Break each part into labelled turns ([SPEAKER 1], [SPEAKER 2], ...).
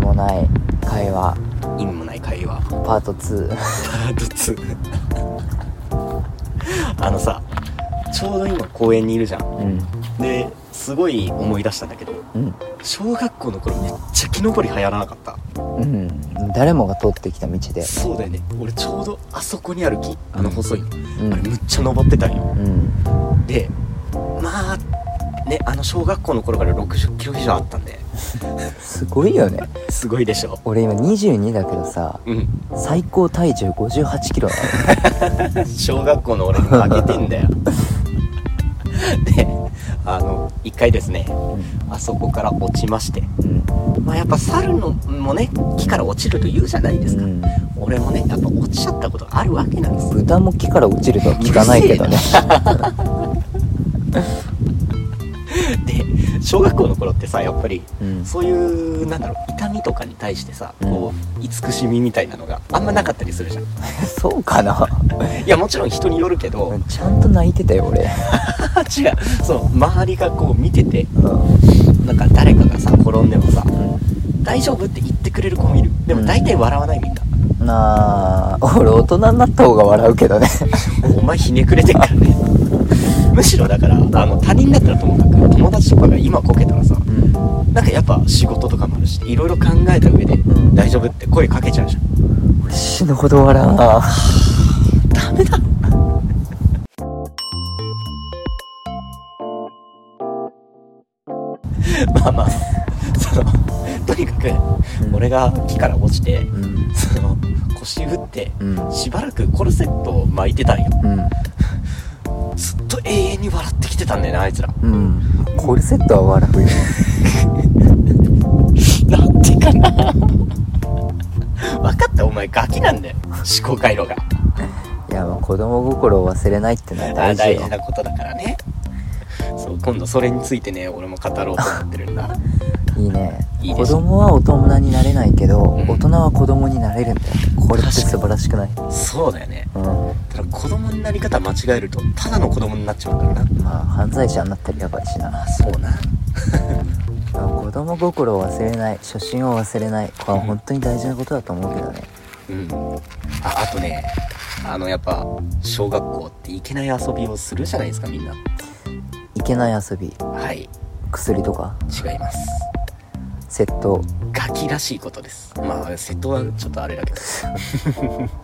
[SPEAKER 1] もない会話
[SPEAKER 2] 意味もない会話 パ
[SPEAKER 1] パート2
[SPEAKER 2] ート2あのさちょうど今公園にいるじゃん
[SPEAKER 1] うん
[SPEAKER 2] ですごい思い出したんだけど
[SPEAKER 1] うん
[SPEAKER 2] 小学校の頃めっちゃ木登り流行らなかった
[SPEAKER 1] うん誰もが通ってきた道で
[SPEAKER 2] そうだよね俺ちょうどあそこにある木あの細いの、
[SPEAKER 1] う
[SPEAKER 2] あれ
[SPEAKER 1] ん
[SPEAKER 2] むっちゃ登ってたんよ
[SPEAKER 1] うん
[SPEAKER 2] でまあねあの小学校の頃から6 0キロ以上あったんです
[SPEAKER 1] ごいよね
[SPEAKER 2] すごいでしょ
[SPEAKER 1] 俺今22だけどさ
[SPEAKER 2] うん
[SPEAKER 1] 最高体重5 8キロな
[SPEAKER 2] 小学校の俺に負けてんだ よであの一回ですね
[SPEAKER 1] の
[SPEAKER 2] あそこから落ちまして
[SPEAKER 1] うん
[SPEAKER 2] まあやっぱ猿のもね木から落ちると言うじゃないですか、
[SPEAKER 1] うん
[SPEAKER 2] 俺もねやっぱ落ちちゃったことあるわけなんです
[SPEAKER 1] 豚も木から落ちるとは聞かないけどね
[SPEAKER 2] で小学校の頃ってさやっぱり
[SPEAKER 1] うん
[SPEAKER 2] そういうなんだろう痛みとかに対してさ
[SPEAKER 1] うん
[SPEAKER 2] こう慈しみみたいなのがあんまなかったりするじゃん
[SPEAKER 1] そうかない
[SPEAKER 2] やもちろん人によるけど
[SPEAKER 1] ちゃんと泣いてたよ俺
[SPEAKER 2] 違うそう周りがこう見てて
[SPEAKER 1] うん
[SPEAKER 2] なんか誰かがさ転んでもさ「大丈夫?」って言ってくれる子もいるでも大体笑わないみんな
[SPEAKER 1] なあ俺大人になった方が笑うけどね
[SPEAKER 2] お前ひねくれてっから ねむしろだからあの他人だったらともかく友達とかが今こけたらさ
[SPEAKER 1] うん
[SPEAKER 2] なんかやっぱ仕事とかもあるしいろいろ考えた上で
[SPEAKER 1] ん
[SPEAKER 2] 「大丈夫?」って声かけちゃうじゃん
[SPEAKER 1] 俺死ぬほど笑うな
[SPEAKER 2] ダメだまあまあそのとにかく俺が木から落ちて
[SPEAKER 1] うん
[SPEAKER 2] その腰打って
[SPEAKER 1] うん
[SPEAKER 2] しばらくコルセットを巻いてたんよ
[SPEAKER 1] うん
[SPEAKER 2] ずっと永遠に笑ってきてたんだよなあいつら
[SPEAKER 1] うんコルセットは笑うよ
[SPEAKER 2] なんでかな 分かったお前ガキなんだよ思考回路が
[SPEAKER 1] いやまあ子供心を忘れないってのは大
[SPEAKER 2] 大事
[SPEAKER 1] 事
[SPEAKER 2] 大
[SPEAKER 1] よ
[SPEAKER 2] 事なことだからねそう今度それについてね俺も語ろうと思ってるんだ
[SPEAKER 1] いいね
[SPEAKER 2] いいで
[SPEAKER 1] 子
[SPEAKER 2] す
[SPEAKER 1] 供は大人になれないけど、
[SPEAKER 2] ん
[SPEAKER 1] 大人は子供になれるんだよこれって
[SPEAKER 2] 確かに
[SPEAKER 1] 素晴らしくない
[SPEAKER 2] そうだよね
[SPEAKER 1] うん
[SPEAKER 2] ただ子供になり方間違えるとただの子供になっちゃうからな
[SPEAKER 1] まあ犯罪者になったりやばいしな
[SPEAKER 2] あそうな
[SPEAKER 1] まあ子供心を忘れない初心を忘れないこれは本当に大事なことだと思うけどね
[SPEAKER 2] うんああとねあのやっぱ小学校っていけない遊びをするじゃないですかみんない
[SPEAKER 1] けない遊び
[SPEAKER 2] はい違い
[SPEAKER 1] 薬とか
[SPEAKER 2] ます
[SPEAKER 1] 窃盗
[SPEAKER 2] ガキらしいことですまあ瀬戸はちょっとあれだけど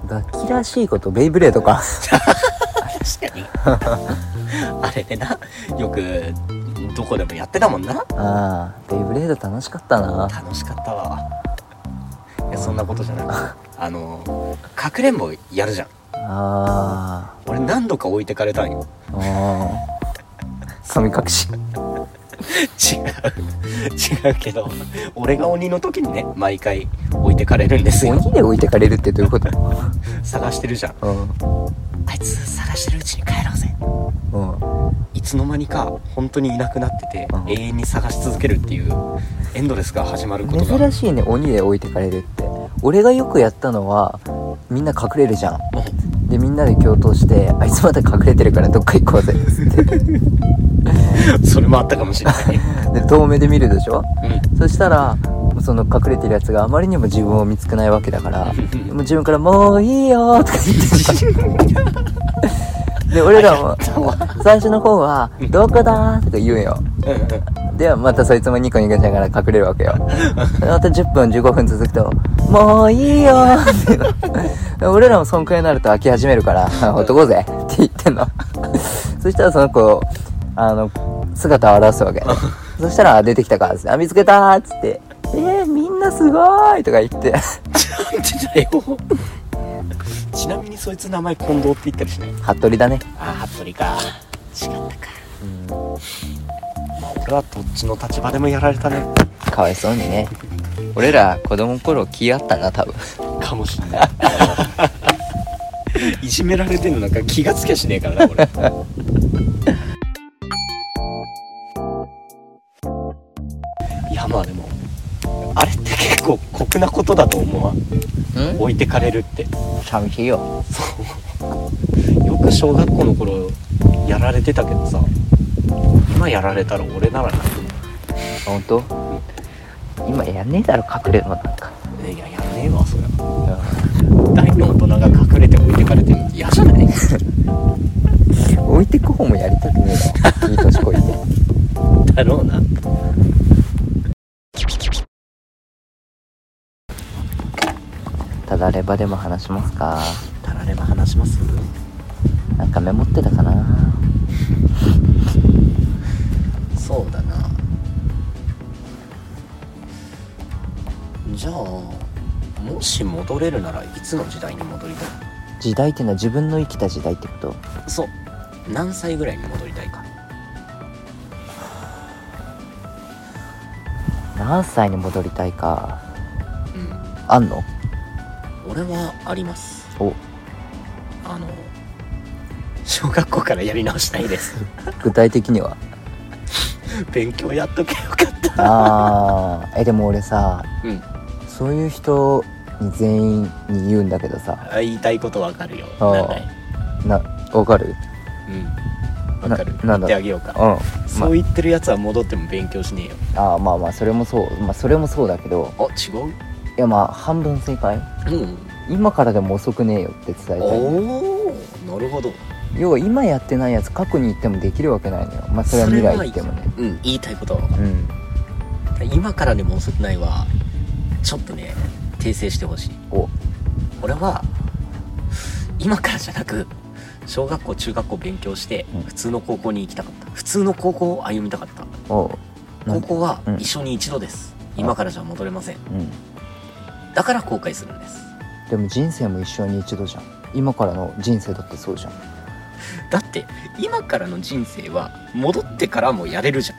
[SPEAKER 1] ガキらしいことベイブレード か
[SPEAKER 2] 確かに あれでなよくどこでもやってたもんな
[SPEAKER 1] ああベイブレード楽しかったな
[SPEAKER 2] 楽しかったわいやそんなことじゃなくあのかくれんぼやるじゃん
[SPEAKER 1] あ
[SPEAKER 2] 俺何度か置いてかれたんよ
[SPEAKER 1] ーあー神隠し
[SPEAKER 2] 違う違うけど俺が鬼の時にね毎回置いてかれるんですよ
[SPEAKER 1] 鬼で置いてかれるってどういうこと
[SPEAKER 2] 探してるじゃん
[SPEAKER 1] う
[SPEAKER 2] あいつ探してるうちに帰ろうぜ
[SPEAKER 1] んうん
[SPEAKER 2] いつの間にか本当にいなくなってて
[SPEAKER 1] うん
[SPEAKER 2] 永遠に探し続けるっていうエンドレスが始まることが
[SPEAKER 1] 珍しいね鬼で置いてかれるって俺がよくやったのはみんな隠れるじゃん
[SPEAKER 2] うん
[SPEAKER 1] でみんなで共闘して「あいつまだ隠れてるからどっか行こうぜ」っつって
[SPEAKER 2] それもあったかもしれな
[SPEAKER 1] で
[SPEAKER 2] い、
[SPEAKER 1] 遠目で見るでしょそしたらその隠れてるやつがあまりにも自分を見つけないわけだからもう自分から「もういいよ」とか言ってで俺らも最初の方は「どこだ?」とか言うんよ
[SPEAKER 2] うんうんうん
[SPEAKER 1] でまたそいつもニコニコしながら隠れるわけよまた10分15分続くと「もういいよ」 って俺らもそんくらいになると飽き始めるから「男ぜ」って言ってんの そしたらその子あの姿を現すわけそしたらあ「出てきたか」っつってあ「見つけた」っつって「えー、みんなすごい」とか言って
[SPEAKER 2] ちゃんとだよちなみにそいつ名前近藤って言ったりしない
[SPEAKER 1] 服部だね
[SPEAKER 2] ああ服部か違ったかまあ俺はどっちの立場でもやられたね
[SPEAKER 1] かわいそうにね俺ら子供の頃気合ったな多分
[SPEAKER 2] かもしれないいじめられてるのなんか気がつきゃしねえからな俺いやまあでもあれって結構酷なことだと思うわ
[SPEAKER 1] ん
[SPEAKER 2] 置いてかれるって
[SPEAKER 1] 寂しいよ
[SPEAKER 2] よく小学校の頃やられてたけどさ今やられたら俺ならな
[SPEAKER 1] 本当今やんねえだろ隠れんぼなんか
[SPEAKER 2] いややんねえわそれは大の大人が隠れて置いてかれてるのって嫌じゃ ない
[SPEAKER 1] 置いてく方もやりたくねえないい年こいて
[SPEAKER 2] だろうな
[SPEAKER 1] ただレバでも話しますか
[SPEAKER 2] たられば話します
[SPEAKER 1] なんかメモってたかな
[SPEAKER 2] そうだなじゃあもし戻れるならいつの時代に戻りたい
[SPEAKER 1] 時代っていうのは自分の生きた時代ってこと
[SPEAKER 2] そう何歳ぐらいに戻りたいか
[SPEAKER 1] 何歳に戻りたいか
[SPEAKER 2] うん
[SPEAKER 1] あんの
[SPEAKER 2] 俺はあります
[SPEAKER 1] お
[SPEAKER 2] あの小学校からやり直したいです
[SPEAKER 1] 具体的には
[SPEAKER 2] 勉強やっとけばよかった
[SPEAKER 1] ああえでも俺さ
[SPEAKER 2] うん
[SPEAKER 1] そういう人に全員に言うんだけどさ
[SPEAKER 2] あ言いたいことわかるよ
[SPEAKER 1] あー
[SPEAKER 2] なんだい
[SPEAKER 1] なわかる
[SPEAKER 2] うんわかる
[SPEAKER 1] な
[SPEAKER 2] 言
[SPEAKER 1] なんだ
[SPEAKER 2] ってあげようか、
[SPEAKER 1] うんま
[SPEAKER 2] そう言ってるやつは戻っても勉強しねえよ
[SPEAKER 1] あーまあまあそれもそうまあそれもそうだけど
[SPEAKER 2] あ違う
[SPEAKER 1] いやまあ半分正解
[SPEAKER 2] うん
[SPEAKER 1] 今からでも遅くねえよって伝えたい
[SPEAKER 2] おおなるほど
[SPEAKER 1] 要は今やってないやつ過去に行ってもできるわけないのよまあそれは未来行ってもね
[SPEAKER 2] うん言いたいことは
[SPEAKER 1] うん
[SPEAKER 2] 今からでも遅くないはちょっとね訂正してほしい
[SPEAKER 1] お
[SPEAKER 2] 俺は今からじゃなく小学校中学校勉強して
[SPEAKER 1] うん
[SPEAKER 2] 普通の高校に行きたかった普通の高校を歩みたかった
[SPEAKER 1] おうなん
[SPEAKER 2] 高
[SPEAKER 1] で
[SPEAKER 2] 校は
[SPEAKER 1] うん
[SPEAKER 2] 一生に一度です、今からじゃ戻れません
[SPEAKER 1] うん
[SPEAKER 2] だから後悔するんです
[SPEAKER 1] でも人生も一生に一度じゃん今からの人生だってそうじゃん
[SPEAKER 2] だって今からの人生は戻ってからもやれるじゃん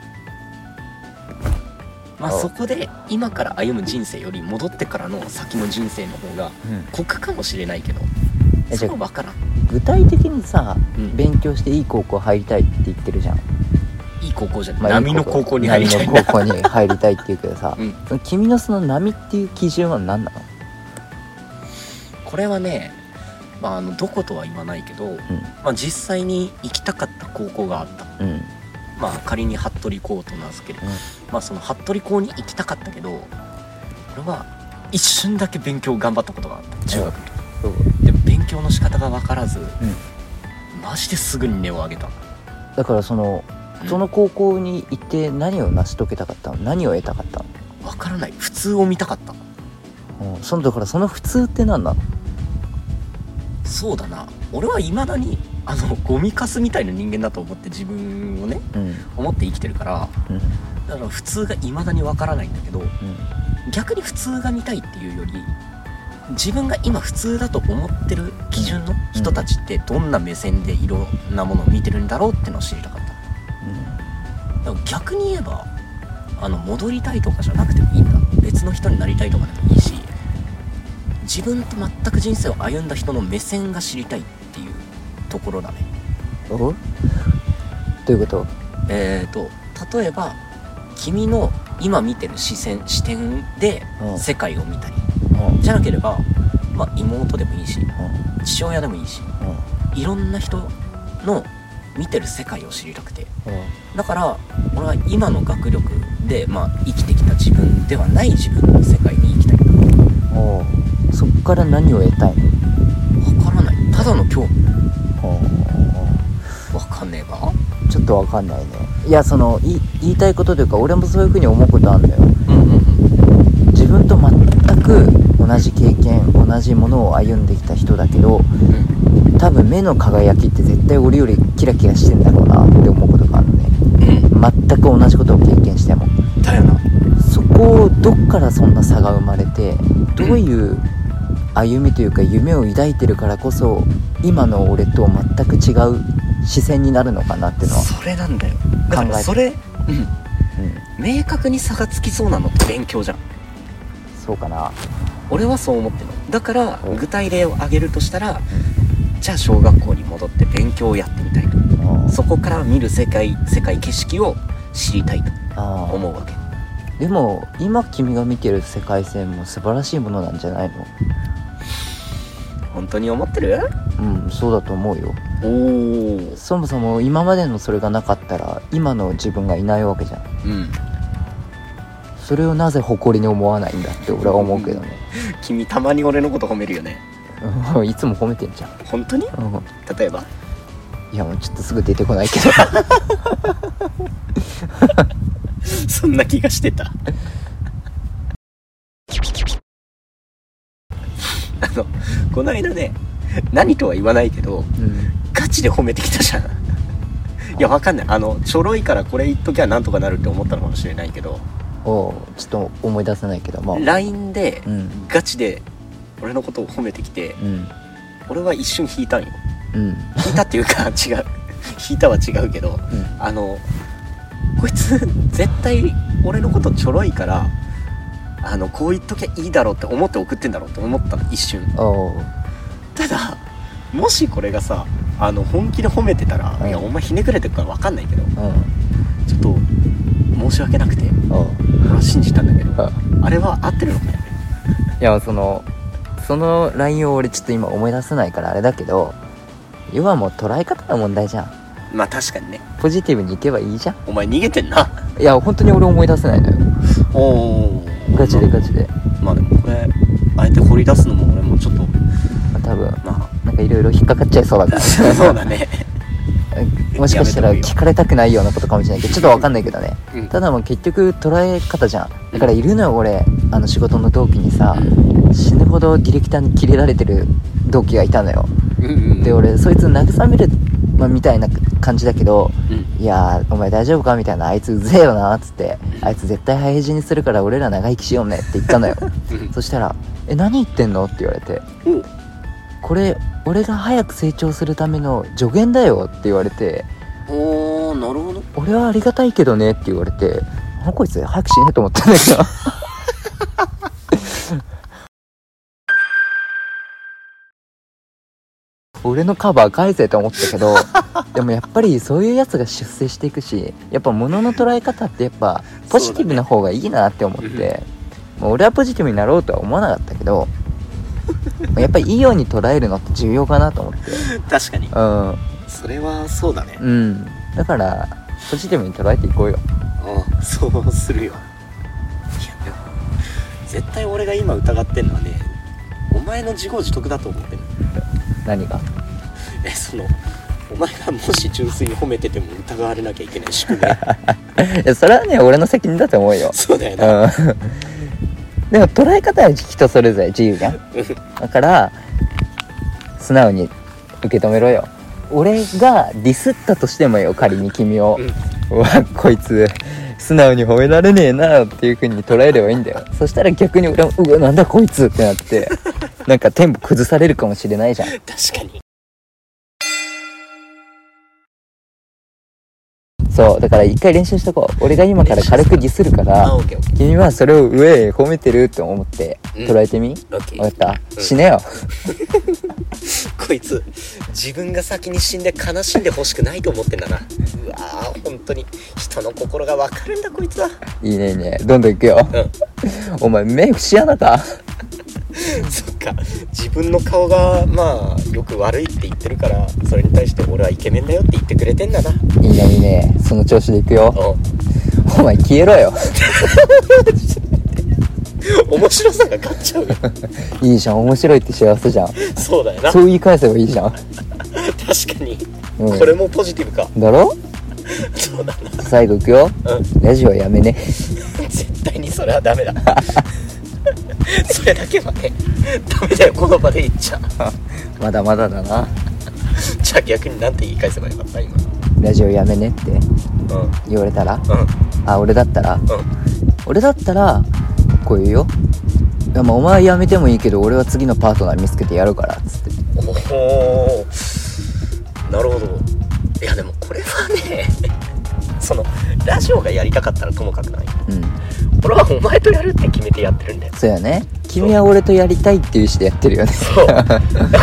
[SPEAKER 2] まあ
[SPEAKER 1] あ
[SPEAKER 2] そこで今から歩む人生より戻ってからの先の人生の方が酷かもしれないけど
[SPEAKER 1] え
[SPEAKER 2] そ
[SPEAKER 1] じゃ
[SPEAKER 2] れは分からん、
[SPEAKER 1] 具体的にさ
[SPEAKER 2] うん
[SPEAKER 1] 勉強していい高校入りたいって言ってるじゃん、
[SPEAKER 2] いい高校じゃん、
[SPEAKER 1] まあ
[SPEAKER 2] 波の高校に入りたい
[SPEAKER 1] 波
[SPEAKER 2] な
[SPEAKER 1] の高校に入りたいって言うけどさ、
[SPEAKER 2] うん
[SPEAKER 1] その君のその波っていう基準は何なの
[SPEAKER 2] これはね、まあ、あのどことは言わないけど、まあ、実際に行きたかった高校があった
[SPEAKER 1] うんうん
[SPEAKER 2] まあ仮に服部校と名付ける、
[SPEAKER 1] うん
[SPEAKER 2] まあその服部校に行きたかったけど俺は一瞬だけ勉強頑張ったことがあった中学の時
[SPEAKER 1] そう
[SPEAKER 2] でも勉強の仕方が分からず、
[SPEAKER 1] ん
[SPEAKER 2] マジですぐに根を上げた
[SPEAKER 1] だからそのその高校に行って何を成し遂げたかったの何を得たかった
[SPEAKER 2] 分からない普通を見たかった
[SPEAKER 1] の、うん、そのだからその普通って何なの
[SPEAKER 2] そうだな俺はいまだにあのゴミカスみたいな人間だと思って自分をね
[SPEAKER 1] うん
[SPEAKER 2] 思って生きてるから
[SPEAKER 1] うん
[SPEAKER 2] だから普通がいまだに分からないんだけど
[SPEAKER 1] うん
[SPEAKER 2] 逆に普通が見たいっていうより自分が今普通だと思ってる基準の人たちってどんな目線でいろんなものを見てるんだろうってのを知りたかっただから逆に言えばあの戻りたいとかじゃなくてもいいんだ別の人になりたいとかでもいいし自分と全く人生を歩んだ人の目線が知りたいっていうところだね
[SPEAKER 1] うんおどういうこと
[SPEAKER 2] えー、と例えば君の今見てる視線視点で
[SPEAKER 1] うん
[SPEAKER 2] 世界を見たり、
[SPEAKER 1] うん
[SPEAKER 2] じゃなければ、まあ、妹でもいいし
[SPEAKER 1] う
[SPEAKER 2] 父親でもいいし
[SPEAKER 1] んうん
[SPEAKER 2] いろんな人の見てる世界を知りたくて
[SPEAKER 1] うん
[SPEAKER 2] だから俺は今の学力で、まあ、生きてきた自分ではない自分の世界に生きたい
[SPEAKER 1] おうそっから何を得たいの
[SPEAKER 2] わからないただの興味
[SPEAKER 1] おうおう
[SPEAKER 2] わかんねえか
[SPEAKER 1] ちょっとわかんないねいやそのい言いたいことというか俺もそういうふうに思うことあるんだよ
[SPEAKER 2] うんうんうん
[SPEAKER 1] 自分と全く同じ経験同じものを歩んできた人だけど多分目の輝きって絶対俺よりキラキラしてんだろうなって思うことがあるね
[SPEAKER 2] うんう
[SPEAKER 1] 全く同じことを経験しても
[SPEAKER 2] んだよな
[SPEAKER 1] そこをどっからそんな差が生まれてどういう歩みというか夢を抱いてるからこそ今の俺と全く違う視線になるのかなってのは、
[SPEAKER 2] それなんだよだか
[SPEAKER 1] 考え
[SPEAKER 2] ら
[SPEAKER 1] て
[SPEAKER 2] それ、うん、明確に差がつきそうなのって勉強じゃん
[SPEAKER 1] うん、そうかな
[SPEAKER 2] 俺はそう思ってるのだから
[SPEAKER 1] うん
[SPEAKER 2] 具体例を挙げるとしたらじゃあ小学校に戻って勉強をやってみたいと
[SPEAKER 1] うん
[SPEAKER 2] そこから見る世界世界景色を知りたいと
[SPEAKER 1] あー
[SPEAKER 2] 思うわけ
[SPEAKER 1] でも今君が見てる世界線も素晴らしいものなんじゃないの
[SPEAKER 2] 本当に思ってる
[SPEAKER 1] うんそうだと思うよ
[SPEAKER 2] おおうん
[SPEAKER 1] そもそも今までのそれがなかったら今の自分がいないわけじゃんそれをなぜ誇りに思わないんだって俺は思うけどね
[SPEAKER 2] 君たまに俺のこと褒めるよね
[SPEAKER 1] うん いつも褒めてんじゃん、
[SPEAKER 2] 本当に
[SPEAKER 1] うん、
[SPEAKER 2] 例えば
[SPEAKER 1] いやもうちょっとすぐ出てこないけど
[SPEAKER 2] そんな気がしてた。 あの、この間ね、何とは言わないけど、
[SPEAKER 1] うん
[SPEAKER 2] ガチで褒めてきたじゃん。いや、わかんない。あの、ちょろいからこれ言っときゃなんとかなるって思ったのかもしれないけど、
[SPEAKER 1] おうちょっと思い出せないけどまあ
[SPEAKER 2] LINE で
[SPEAKER 1] う、ん
[SPEAKER 2] ガチで、俺のことを褒めてきて、
[SPEAKER 1] うん
[SPEAKER 2] 俺は一瞬引いたんよ。
[SPEAKER 1] うん
[SPEAKER 2] 引いたっていうか、 違う。引いたは違うけど、
[SPEAKER 1] うん
[SPEAKER 2] あのこいつ絶対俺のことちょろいからあのこう言っときゃいいだろうって思って送ってんだろうって思ったの一瞬
[SPEAKER 1] おう
[SPEAKER 2] ただもしこれがさあの本気で褒めてたら、
[SPEAKER 1] うん
[SPEAKER 2] いやお前ひねくれてるから分かんないけど
[SPEAKER 1] うん
[SPEAKER 2] ちょっと申し訳なくて
[SPEAKER 1] おう
[SPEAKER 2] 俺は信じたんだけど
[SPEAKER 1] あ
[SPEAKER 2] あれは合ってるのかね
[SPEAKER 1] いやそのその LINE を俺ちょっと今思い出せないからあれだけど要はもう捉え方の問題じゃん
[SPEAKER 2] まあ確かにね
[SPEAKER 1] ポジティブにいけばいいじゃん
[SPEAKER 2] お前逃げてんない
[SPEAKER 1] や本当に俺思い出せないのよ
[SPEAKER 2] おお
[SPEAKER 1] ガチでガチで、
[SPEAKER 2] まあでもこれあえて掘り出すのも俺もちょっと
[SPEAKER 1] まあ、多分
[SPEAKER 2] ま
[SPEAKER 1] なんかいろいろ引っかかっちゃいそうだか
[SPEAKER 2] あ
[SPEAKER 1] ら
[SPEAKER 2] そうだね
[SPEAKER 1] もしかしたら
[SPEAKER 2] やめとくよ
[SPEAKER 1] 聞かれたくないようなことかもしれないけどちょっとわかんないけどね
[SPEAKER 2] うん
[SPEAKER 1] ただもう結局捉え方じゃんだからいるのよ俺あの仕事の同期にさ死ぬほどディレクターにキレられてる同期がいたのよ
[SPEAKER 2] うんうん
[SPEAKER 1] で俺そいつ慰める、まあ、みたいな感じだけど
[SPEAKER 2] うん
[SPEAKER 1] 「いやーお前大丈夫か?」みたいな「あいつうぜえよな」っつって「あいつ絶対早死にするから俺ら長生きしようね」って言った のよ
[SPEAKER 2] うん
[SPEAKER 1] そしたら「え何言ってんの?」って言われて
[SPEAKER 2] おう
[SPEAKER 1] これ俺が早く成長するための助言だよって言われて
[SPEAKER 2] おーなるほど
[SPEAKER 1] 俺はありがたいけどねって言われてあのこいつ早く死ねと思ったんだけど 俺のカバー返せと思ったけ どでもやっぱりそういうやつが出世していくしやっぱ物の捉え方ってやっぱポジティブな方がいいなって思って、
[SPEAKER 2] そうだ
[SPEAKER 1] もう俺はポジティブになろうとは思わなかったけ どやっぱりいいように捉えるのって重要かなと思って
[SPEAKER 2] 確かに
[SPEAKER 1] うん
[SPEAKER 2] それはそうだね
[SPEAKER 1] うんだからポジティブに捉えていこうよ
[SPEAKER 2] うんそうするよいやでも絶対俺が今疑ってんのはねお前の自業自得だと思ってる
[SPEAKER 1] 何が
[SPEAKER 2] えそのお前がもし純粋に褒めてても疑われなきゃいけない宿命
[SPEAKER 1] いやそれはね俺の責任だと思うよ、
[SPEAKER 2] そうだよな
[SPEAKER 1] うん、 でも捉え方は人それぞれ自由じゃんだから素直に受け止めろよ俺がディスったとしてもよ仮に君を
[SPEAKER 2] うん
[SPEAKER 1] うわこいつ素直に褒められねえなっていう風に捉えればいいんだよそしたら逆に俺もうわなんだこいつってな ってなんかテンポ崩されるかもしれないじゃん
[SPEAKER 2] 確かに
[SPEAKER 1] そうだから一回練習しとこう俺が今から軽くディスるから
[SPEAKER 2] オッケーオッケ
[SPEAKER 1] 君はそれを上へ褒めてると思って
[SPEAKER 2] うん
[SPEAKER 1] 捉えてみ、
[SPEAKER 2] ーオッケ
[SPEAKER 1] 分かっ
[SPEAKER 2] う
[SPEAKER 1] た
[SPEAKER 2] ん
[SPEAKER 1] 死ねよ、
[SPEAKER 2] ーこいつ自分が先に死んで悲しんでほしくないと思ってんだなうわー本当に人の心が分かるんだこいつはい
[SPEAKER 1] いねいいねどんどん行くよ、お前目節穴か
[SPEAKER 2] そっか自分の顔がまあよく悪いって言ってるからそれに対して俺はイケメンだよって言ってくれてんだない
[SPEAKER 1] いねいいねその調子で行くよ
[SPEAKER 2] お
[SPEAKER 1] お前消えろよ
[SPEAKER 2] 面白さが勝っちゃうよ
[SPEAKER 1] いいじゃん面白いって幸せじゃん
[SPEAKER 2] そうだよな
[SPEAKER 1] そ
[SPEAKER 2] 確
[SPEAKER 1] う言い返せばいいじゃん、
[SPEAKER 2] かに、
[SPEAKER 1] うん、
[SPEAKER 2] これもポジティブか
[SPEAKER 1] だろ
[SPEAKER 2] そうだ
[SPEAKER 1] 最後行くよ
[SPEAKER 2] なうん
[SPEAKER 1] ラジオやめね
[SPEAKER 2] 絶対にそれはダメ だそれだけはねダメだよこの場で言っちゃ
[SPEAKER 1] まだまだだな
[SPEAKER 2] じゃあ逆になんて言い返せばよかった今
[SPEAKER 1] ラジオやめねって
[SPEAKER 2] うん
[SPEAKER 1] 言われたら
[SPEAKER 2] うん
[SPEAKER 1] あ俺だったら
[SPEAKER 2] うん
[SPEAKER 1] 俺だったらこう言うよいやまあお前はやめてもいいけど俺は次のパートナー見つけてやるからっつって
[SPEAKER 2] おおなるほどいやでもこれはね そのラジオがやりたかったらともかくない
[SPEAKER 1] うん
[SPEAKER 2] 俺はお前とやるって決めてやってるんだよ
[SPEAKER 1] そうやね君は俺とやりたいっていう意思でやってるよね
[SPEAKER 2] そうだか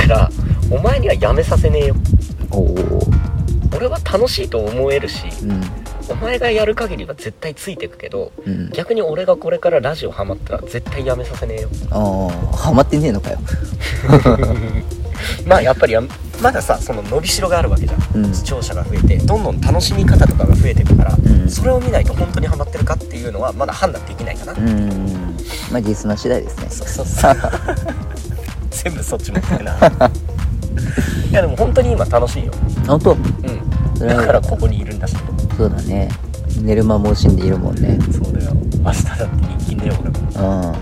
[SPEAKER 2] らお前にはやめさせねえよ
[SPEAKER 1] おおー
[SPEAKER 2] 俺は楽しいと思えるし
[SPEAKER 1] うん
[SPEAKER 2] お前がやる限りは絶対ついてくけど
[SPEAKER 1] うん
[SPEAKER 2] 逆に俺がこれからラジオハマったら絶対やめさせねえよ
[SPEAKER 1] ああハマってねえのかよ
[SPEAKER 2] まあやっぱりあまださその伸びしろがあるわけじゃん、
[SPEAKER 1] うん
[SPEAKER 2] 視聴者が増えてどんどん楽しみ方とかが増えていくから、
[SPEAKER 1] ん
[SPEAKER 2] それを見ないと本当にハマってるかっていうのはまだ判断できないかな、
[SPEAKER 1] うんまあリスナー次第ですね
[SPEAKER 2] そうそうそう全部そっち持って くないやでも本当に今楽しいよ、
[SPEAKER 1] 本当
[SPEAKER 2] うん、
[SPEAKER 1] それ
[SPEAKER 2] だ
[SPEAKER 1] は
[SPEAKER 2] からここにいるんだし
[SPEAKER 1] そうだね寝る間も惜しんでいるもんね
[SPEAKER 2] そうだよ明日だって日勤だよ俺も
[SPEAKER 1] う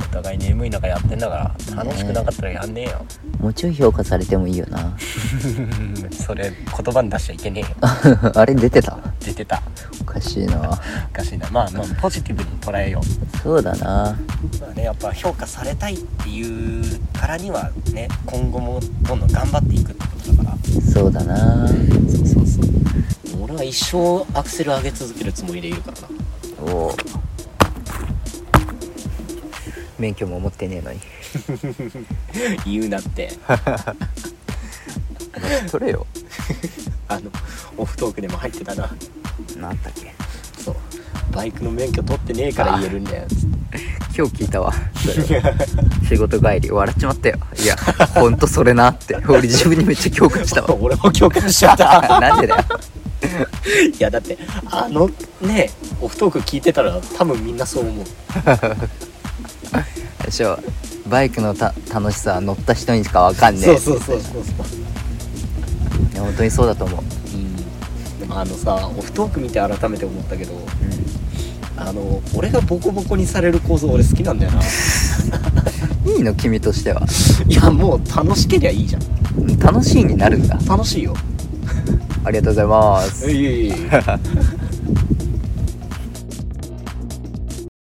[SPEAKER 2] お互い眠い中やってんだから楽しくなかったらやんねえよ、
[SPEAKER 1] んもうちょい評価されてもいいよな
[SPEAKER 2] それ言葉に出しちゃいけねえよ
[SPEAKER 1] あれ出てた
[SPEAKER 2] 出てた
[SPEAKER 1] おかしいな
[SPEAKER 2] おかしいなまあまあポジティブに捉えよ
[SPEAKER 1] そうだな
[SPEAKER 2] うまあねやっぱ評価されたいっていうからにはね今後もどんどん頑張っていくってことだから
[SPEAKER 1] そうだな
[SPEAKER 2] そうそうそう俺は一生アクセル上げ続けるつもりでいるからな
[SPEAKER 1] お免許も持ってねえのに
[SPEAKER 2] 言うな って
[SPEAKER 1] 取れよ
[SPEAKER 2] あのオフトークでも入ってたな
[SPEAKER 1] なんだっけ
[SPEAKER 2] そうバイクの免許取ってねえから言えるんだよつ って
[SPEAKER 1] 今日聞いたわそれを仕事帰り笑っちまったよいやほんとそれなって俺自分にめっちゃ共感したわ
[SPEAKER 2] 俺も共感しちゃった
[SPEAKER 1] なんでだよ
[SPEAKER 2] いやだってあのねオフトーク聞いてたら多分みんなそう思う
[SPEAKER 1] あれでしょバイクのた楽しさは乗った人にしかわかんねえ
[SPEAKER 2] そうそうそうそうそう
[SPEAKER 1] いや本当にそうだと思う、
[SPEAKER 2] うんでもあのさオフトーク見て改めて思ったけどあの俺がボコボコにされる構造俺好きなんだよな
[SPEAKER 1] いいの君としてはい
[SPEAKER 2] やもう楽しけりゃいいじゃん
[SPEAKER 1] うん楽しいになるんだ
[SPEAKER 2] 楽しいよ
[SPEAKER 1] ありがとうございま
[SPEAKER 2] い
[SPEAKER 1] す
[SPEAKER 2] やいやいや